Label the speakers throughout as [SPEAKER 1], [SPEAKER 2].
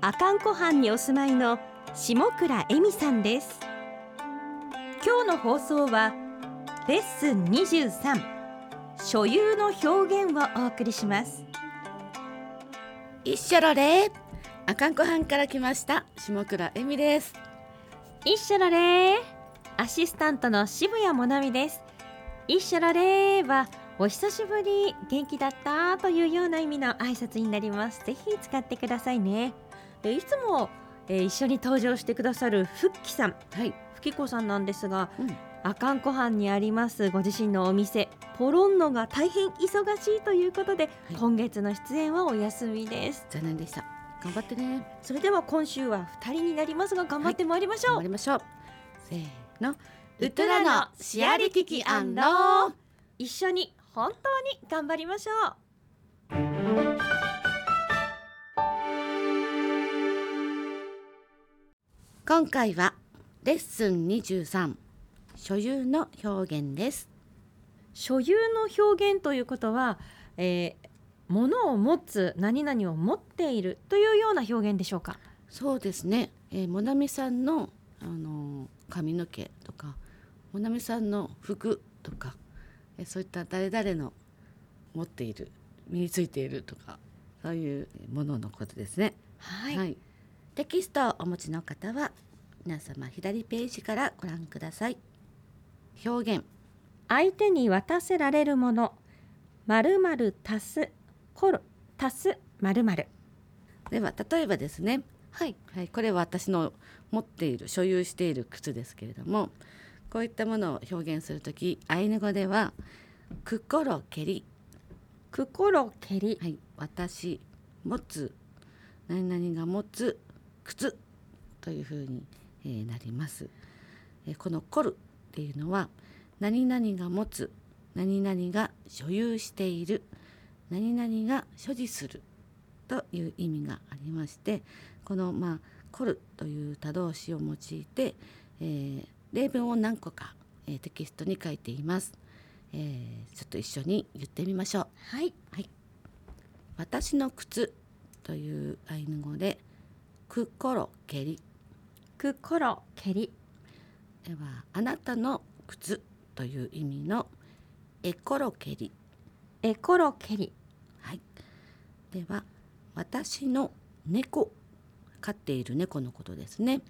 [SPEAKER 1] 阿寒湖畔にお住まいの下倉恵美さんです今日の放送はレッスン23所有の表現をお送りします
[SPEAKER 2] 一緒ろれあかんこはんから来ました下倉恵美です
[SPEAKER 1] 一緒のれアシスタントの渋谷もなみです一緒のれはお久しぶり元気だったというような意味の挨拶になりますぜひ使ってくださいねでいつも、えー一緒に登場してくださるふっきさん
[SPEAKER 2] はい、
[SPEAKER 1] ふきこさんなんですが
[SPEAKER 2] うん、
[SPEAKER 1] 阿寒湖畔にありますご自身のお店ポロンノが大変忙しいということで、
[SPEAKER 2] い
[SPEAKER 1] 今月の出演はお休みです
[SPEAKER 2] 残念でした頑張ってね
[SPEAKER 1] それでは今週は二人になりますが頑張ってまいりましょう、
[SPEAKER 2] 頑張りましょうせーの
[SPEAKER 1] ウトラのシアリキキアンロー一緒に本当に頑張りましょう
[SPEAKER 2] 今回はレッスン23所有の表現です
[SPEAKER 1] 所有の表現ということは、えー、物を持つ何々を持っているというような表現でしょうか
[SPEAKER 2] そうですね、えー、もなみさんの、あのー髪の毛とかもなみさんの服とか、えーそういった誰々の持っている身についているとかそういうもののことですね、
[SPEAKER 1] は
[SPEAKER 2] テキストをお持ちの方は皆様左ページからご覧ください表現
[SPEAKER 1] 相手に渡せられるもの〇〇足すコロ足す〇〇
[SPEAKER 2] では例えばですね
[SPEAKER 1] はい
[SPEAKER 2] はい、これは私の持っている所有している靴ですけれどもこういったものを表現するときアイヌ語では「くころけり
[SPEAKER 1] くころけ」り
[SPEAKER 2] はい「私持つ」「何々が持つ靴」というふうに、えーなります。えーこの「こる」っていうのは「何々が持つ」「何々が所有している」「何々が所持する」という意味がありましてこの、まあ「凝る」という他動詞を用いて、えー例文を何個か、えーテキストに書いています、えーちょっと一緒に言ってみましょう
[SPEAKER 1] はい
[SPEAKER 2] 「私の靴」というアイヌ語で「くころけり
[SPEAKER 1] くころけり」
[SPEAKER 2] では「あなたの靴」という意味の「えころけり
[SPEAKER 1] えころけり」
[SPEAKER 2] はい、では「私の猫」飼っている猫のことですね、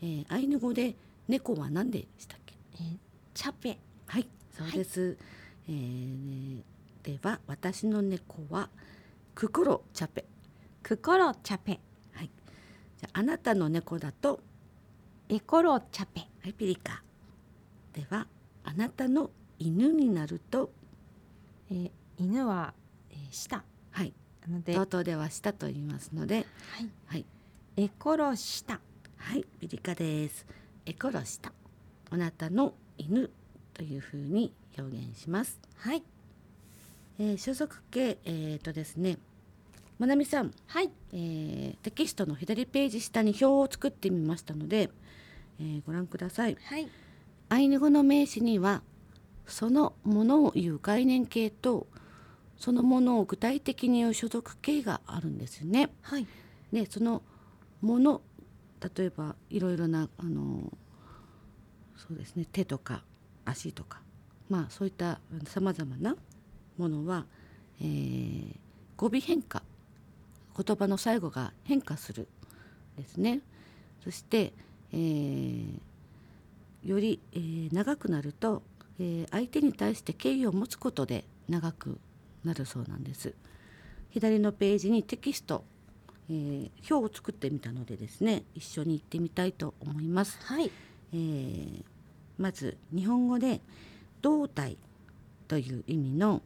[SPEAKER 2] えーアイヌ語で「猫」は何でしたっけ
[SPEAKER 1] えーチャペ
[SPEAKER 2] はい、そうです。えーでは私の猫はクコロチャペ。
[SPEAKER 1] くころチャペ
[SPEAKER 2] はい。じゃああなたの猫だと
[SPEAKER 1] えころチャペ
[SPEAKER 2] はいピリカ。ではあなたの犬になると
[SPEAKER 1] えー犬は、えー、舌
[SPEAKER 2] はい。
[SPEAKER 1] なので、は
[SPEAKER 2] 同等ではしたと言いますので、
[SPEAKER 1] い、
[SPEAKER 2] はい
[SPEAKER 1] えころ舌
[SPEAKER 2] はいピリカです。エコロした。あなたの犬というふうに表現します。
[SPEAKER 1] はい
[SPEAKER 2] えー、所属形えっ、とですね。まなみさん。
[SPEAKER 1] はい
[SPEAKER 2] えーテキストの左ページ下に表を作ってみましたので、えーご覧ください
[SPEAKER 1] はい
[SPEAKER 2] アイヌ語の名詞にはそのものを言う概念形とそのものを具体的に言う所属形があるんですよね
[SPEAKER 1] はい
[SPEAKER 2] でそのもの例えばいろいろなあのそうですね手とか足とかまあそういったさまざまなものは、えー語尾変化言葉の最後が変化するですねそして、えーより、えー長くなると、えー相手に対して敬意を持つことで長くなるそうなんです左のページにテキスト、えー表を作ってみたのでですね一緒に行ってみたいと思います
[SPEAKER 1] はい
[SPEAKER 2] えーまず日本語で「胴体」という意味の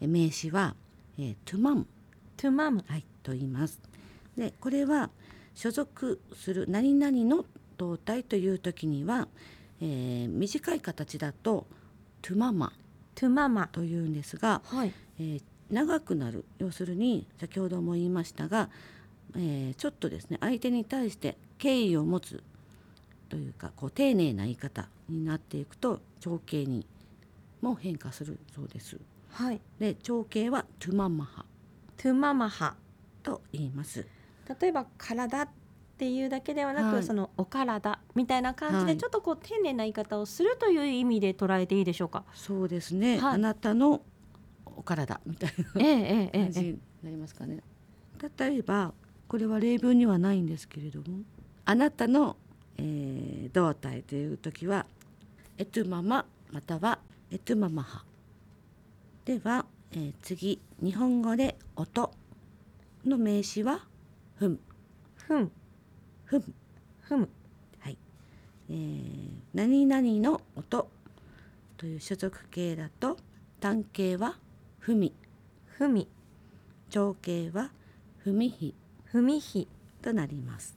[SPEAKER 2] 名詞は「えートゥマン
[SPEAKER 1] トゥマム」
[SPEAKER 2] はい、と言います。でこれは所属する何々の動体という時には、えー短い形だと「トゥママ
[SPEAKER 1] トゥママ」
[SPEAKER 2] というんですが、
[SPEAKER 1] はい
[SPEAKER 2] えー長くなる要するに先ほども言いましたが、えーちょっとですね相手に対して敬意を持つというかこう丁寧な言い方になっていくと長兄にも変化するそうです。
[SPEAKER 1] はい
[SPEAKER 2] で長兄はトゥママハ
[SPEAKER 1] トゥママハ
[SPEAKER 2] と言います。
[SPEAKER 1] 例えば体っていうだけではなく、
[SPEAKER 2] はい
[SPEAKER 1] そのお体みたいな感じ
[SPEAKER 2] は
[SPEAKER 1] で
[SPEAKER 2] い
[SPEAKER 1] ちょっとこう丁寧な言い方をするという意味で捉えていいでしょうか。
[SPEAKER 2] そうですね、
[SPEAKER 1] はい
[SPEAKER 2] あなたのお体みたいな
[SPEAKER 1] ええええ
[SPEAKER 2] 感じになりますかね。例えばこれは例文にはないんですけれどもあなたの、えー、胴体という時は「エトゥママ」または「エトゥママハ」では、えー次日本語で「音」の名詞は「ふん
[SPEAKER 1] ふん」
[SPEAKER 2] 「ふん
[SPEAKER 1] ふむ」
[SPEAKER 2] はい、えー何々の音」という所属形だと単形は「ふみ」
[SPEAKER 1] ふみ
[SPEAKER 2] 長形は「ふみひ」
[SPEAKER 1] ふみひ
[SPEAKER 2] となります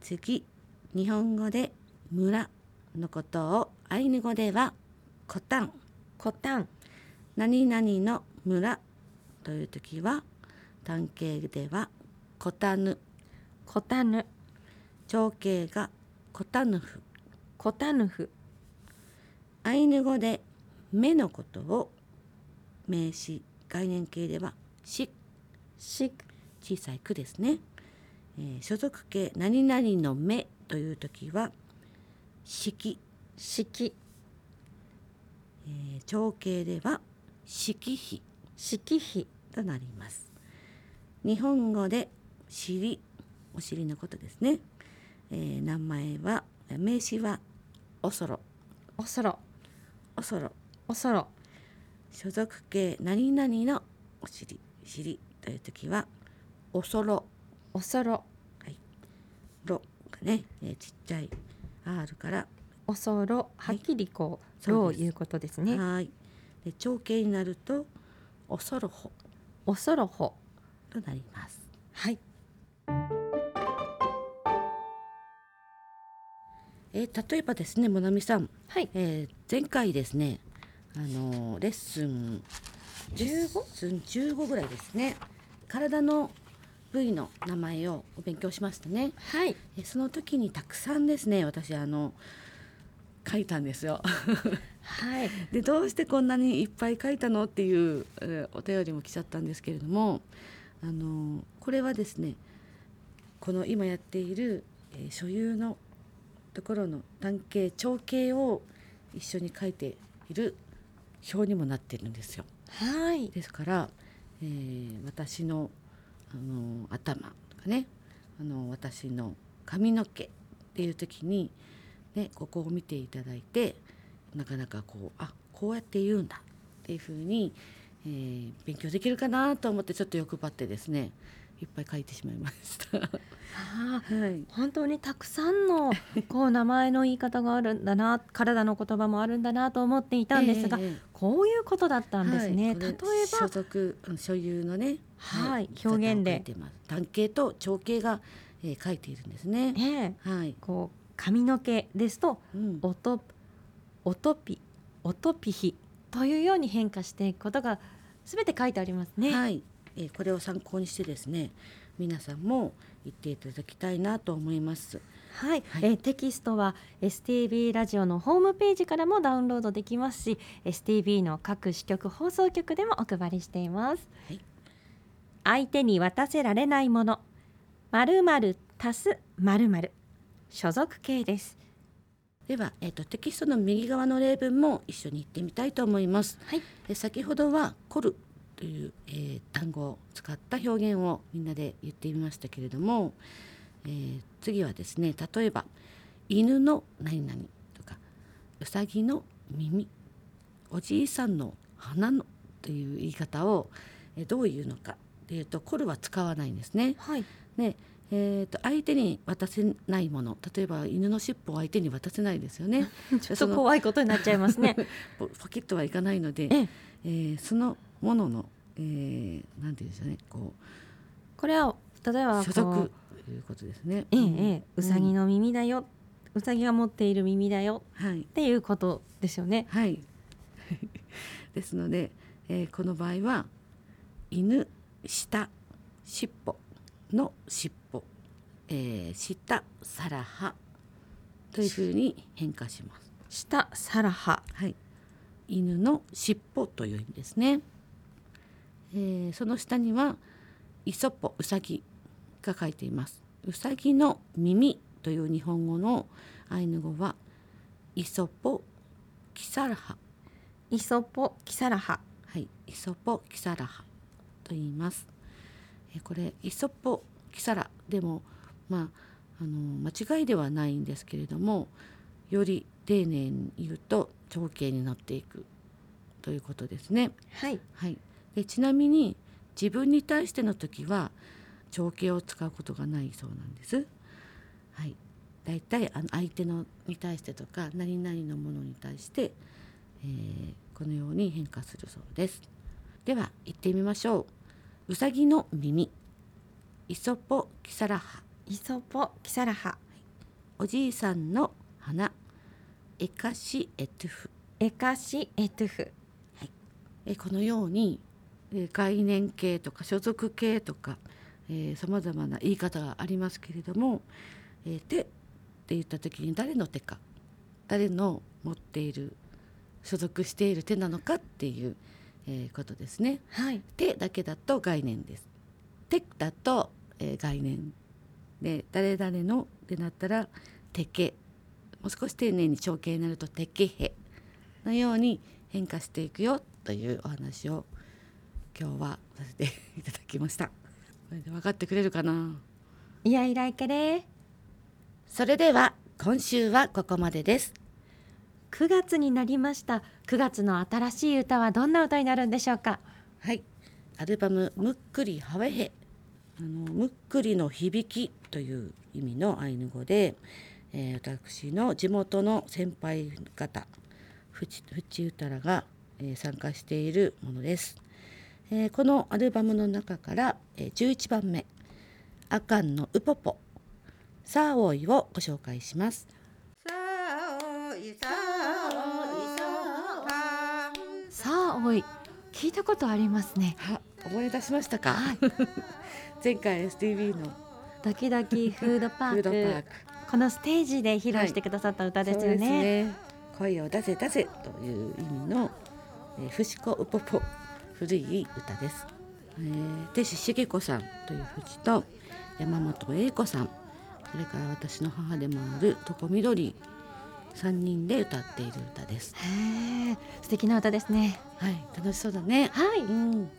[SPEAKER 2] 次日本語で「村」のことをアイヌ語では「コタン
[SPEAKER 1] こたん」
[SPEAKER 2] 「何々の村」という時は単形では「コタヌ
[SPEAKER 1] こたぬ」
[SPEAKER 2] 長形が「コタヌフ
[SPEAKER 1] こたぬふ」
[SPEAKER 2] アイヌ語で「目」のことを名詞概念形では「し」
[SPEAKER 1] しく
[SPEAKER 2] 小さい「く」ですね、えー所属形「何々の目」という時は「色」
[SPEAKER 1] しき
[SPEAKER 2] えー長形では色比
[SPEAKER 1] しきひ
[SPEAKER 2] となります日本語で尻お尻のことですね、えー名前は名詞はおそろ
[SPEAKER 1] おそろ
[SPEAKER 2] おそろ
[SPEAKER 1] おそろ
[SPEAKER 2] 所属形何々のお尻尻という時はおそろ
[SPEAKER 1] おそろ
[SPEAKER 2] ろがね、えーちっちゃい R から
[SPEAKER 1] おそろはっきりこう、
[SPEAKER 2] はい
[SPEAKER 1] ろ
[SPEAKER 2] そう
[SPEAKER 1] う
[SPEAKER 2] です
[SPEAKER 1] いうことですね
[SPEAKER 2] はーいで長形になるとおそろほ
[SPEAKER 1] おそろほ
[SPEAKER 2] となります
[SPEAKER 1] はい
[SPEAKER 2] えー例えばですねもなみさん
[SPEAKER 1] はい
[SPEAKER 2] えー前回ですね、あのーレッスン
[SPEAKER 1] 15?
[SPEAKER 2] レッスン15ぐらいですね体の部位の名前をお勉強しましたね
[SPEAKER 1] はい
[SPEAKER 2] えーその時にたくさんですね私あの書いたんですよ
[SPEAKER 1] はい
[SPEAKER 2] でどうしてこんなにいっぱい書いたのっていう、えーお便りも来ちゃったんですけれども、あのーこれはですねこの今やっている、えー所有のところの単形長形を一緒に書いている表にもなっているんですよ。
[SPEAKER 1] はい
[SPEAKER 2] ですから、えー私の、あのー頭とかね、あのー私の髪の毛っていう時に、ね、ここを見ていただいてなかなかこうあこうやって言うんだっていうふうに、えー勉強できるかなと思ってちょっと欲張ってですねいっぱい書いてしまいました。
[SPEAKER 1] あー
[SPEAKER 2] はい
[SPEAKER 1] 本当にたくさん のこう名前の言い方があるんだな体の言葉もあるんだなと思っていたんですが、
[SPEAKER 2] えー
[SPEAKER 1] こういうことだったんですね、
[SPEAKER 2] はいこ
[SPEAKER 1] 例
[SPEAKER 2] れ
[SPEAKER 1] え
[SPEAKER 2] 所属うん所有のね、
[SPEAKER 1] はい表現例
[SPEAKER 2] 言い方を書いてます単形と長形が、えー書いているんですね
[SPEAKER 1] ば、ねえ
[SPEAKER 2] はい、
[SPEAKER 1] こう髪の毛ですと
[SPEAKER 2] うん
[SPEAKER 1] おとおとぴおとぴひというように変化していくことがすべて書いてありますね。
[SPEAKER 2] はい、えーこれを参考にしてですね皆さんも言っていただきたいなと思います
[SPEAKER 1] はい、
[SPEAKER 2] はい
[SPEAKER 1] えーテキストは STB ラジオのホームページからもダウンロードできますし STB の各支局放送局でもお配りしています、
[SPEAKER 2] はい
[SPEAKER 1] 相手に渡せられないもの〇〇足す〇〇所属形です
[SPEAKER 2] では、えー、とテキストの右側の例文も一緒に言ってみたいと思います
[SPEAKER 1] はい
[SPEAKER 2] で先ほどは「凝る」という、えー単語を使った表現をみんなで言ってみましたけれども、えー次はですね例えば「犬の何々」とか「うさぎの耳」「おじいさんの鼻の」という言い方を、えーどういうのかっていうと「凝る」は使わないんですね。
[SPEAKER 1] はい
[SPEAKER 2] ねえー、と相手に渡せないもの例えば犬の尻尾を相手に渡せないですよね
[SPEAKER 1] ちょっと
[SPEAKER 2] その
[SPEAKER 1] 怖いことになっちゃいます ね
[SPEAKER 2] ポポキッとはいかないので、
[SPEAKER 1] ええ
[SPEAKER 2] えーそのものの、えーなんていうんでしょうねこ
[SPEAKER 1] これは例えばこう
[SPEAKER 2] 所属ということですね。
[SPEAKER 1] ええ
[SPEAKER 2] ん
[SPEAKER 1] ええうさぎ、の耳だよ、うさぎが持っている耳だよ
[SPEAKER 2] うんはい
[SPEAKER 1] っていうことですよね。
[SPEAKER 2] はい。 ですので、えーこの場合は犬下尻尾の尻尾、えー、下さらはというふうに変化します。
[SPEAKER 1] 下さらは
[SPEAKER 2] はい。犬の尻尾という意味ですね。えーその下にはイソッポウサギが書いています。ウサギの耳という日本語のアイヌ語はイソッポキサラハ
[SPEAKER 1] イソポキサラハ
[SPEAKER 2] はい、イソポキサラハと言います。えーこれイソポキサラでもまああの間違いではないんですけれども、より丁寧に言うと長形になっていくということですね。
[SPEAKER 1] はい
[SPEAKER 2] はい。でちなみに自分に対しての時は長形を使うことがないそうなんです。はい。だいたいあの相手のに対してとか何々のものに対して、えーこのように変化するそうです。では行ってみましょう。うさぎの耳。イソポキサラハ。
[SPEAKER 1] イソポキサラハ
[SPEAKER 2] おじいさんの花。エカシエトゥフ。
[SPEAKER 1] エカシエトゥフ
[SPEAKER 2] えこのように、えー概念系とか所属系とかさまざまな言い方がありますけれども「えー手」って言った時に誰の手か誰の持っている所属している手なのかっていう、えーことですね。
[SPEAKER 1] はい
[SPEAKER 2] 手だけだと概念です。手だと、えー概念で誰々のってなったら「手け」もう少し丁寧に長形になると「手けへ」のように変化していくよというお話を今日はさせていただきました。これで分かってくれるかな
[SPEAKER 1] イヤイライケレー
[SPEAKER 2] それでは今週はここまでです。
[SPEAKER 1] 9月になりました9月の新しい歌はどんな歌になるんでしょうか
[SPEAKER 2] はい、アルバム「むっくりハウェヘ」あの「むっくりの響き」という意味のアイヌ語で、えー私の地元の先輩方フチフチウタラが、えー参加しているものです、えーこのアルバムの中から、えー11番目「アカンのウポポ」「サーオイ」をご紹介します
[SPEAKER 1] さあおい聞いたことありますね
[SPEAKER 2] は思い出しましたか、
[SPEAKER 1] はい
[SPEAKER 2] 前回 STV の
[SPEAKER 1] ドキド キフードパ
[SPEAKER 2] フー
[SPEAKER 1] ー
[SPEAKER 2] ド
[SPEAKER 1] ク
[SPEAKER 2] パーク
[SPEAKER 1] このステージで披露してくださった歌ですよね,、
[SPEAKER 2] そうですね声を出せ出せという意味の、えー、フシコウポポ古い歌です。えー、手師茂子さんという父と山本英子さんそれから私の母でもある床みどり3人で歌っている歌です。
[SPEAKER 1] へえ素敵な歌ですね
[SPEAKER 2] はい楽しそうだね。
[SPEAKER 1] はい、
[SPEAKER 2] うん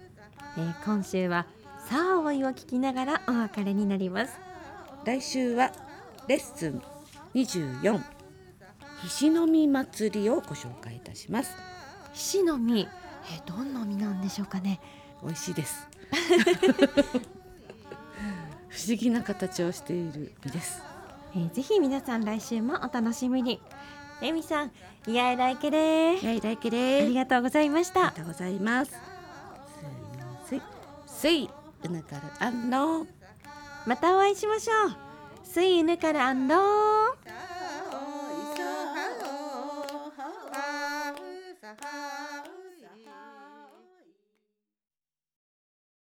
[SPEAKER 1] えー今週はさあおいを聞きながらお別れになります
[SPEAKER 2] 来週はレッスン24ひしのみ祭りをご紹介いたします。
[SPEAKER 1] ひしの実、えーどんな実なんでしょうかね
[SPEAKER 2] 美味しい です。不思議な形をしている実です。
[SPEAKER 1] えーぜひ皆さん来週もお楽しみにえみさんいやいらいけれー
[SPEAKER 2] い、大輝
[SPEAKER 1] あ
[SPEAKER 2] で
[SPEAKER 1] りがとうございまし
[SPEAKER 2] ありが
[SPEAKER 1] た
[SPEAKER 2] とうございます。すいすい、うなかるあんの。
[SPEAKER 1] またお会いしましょう水犬からアンドー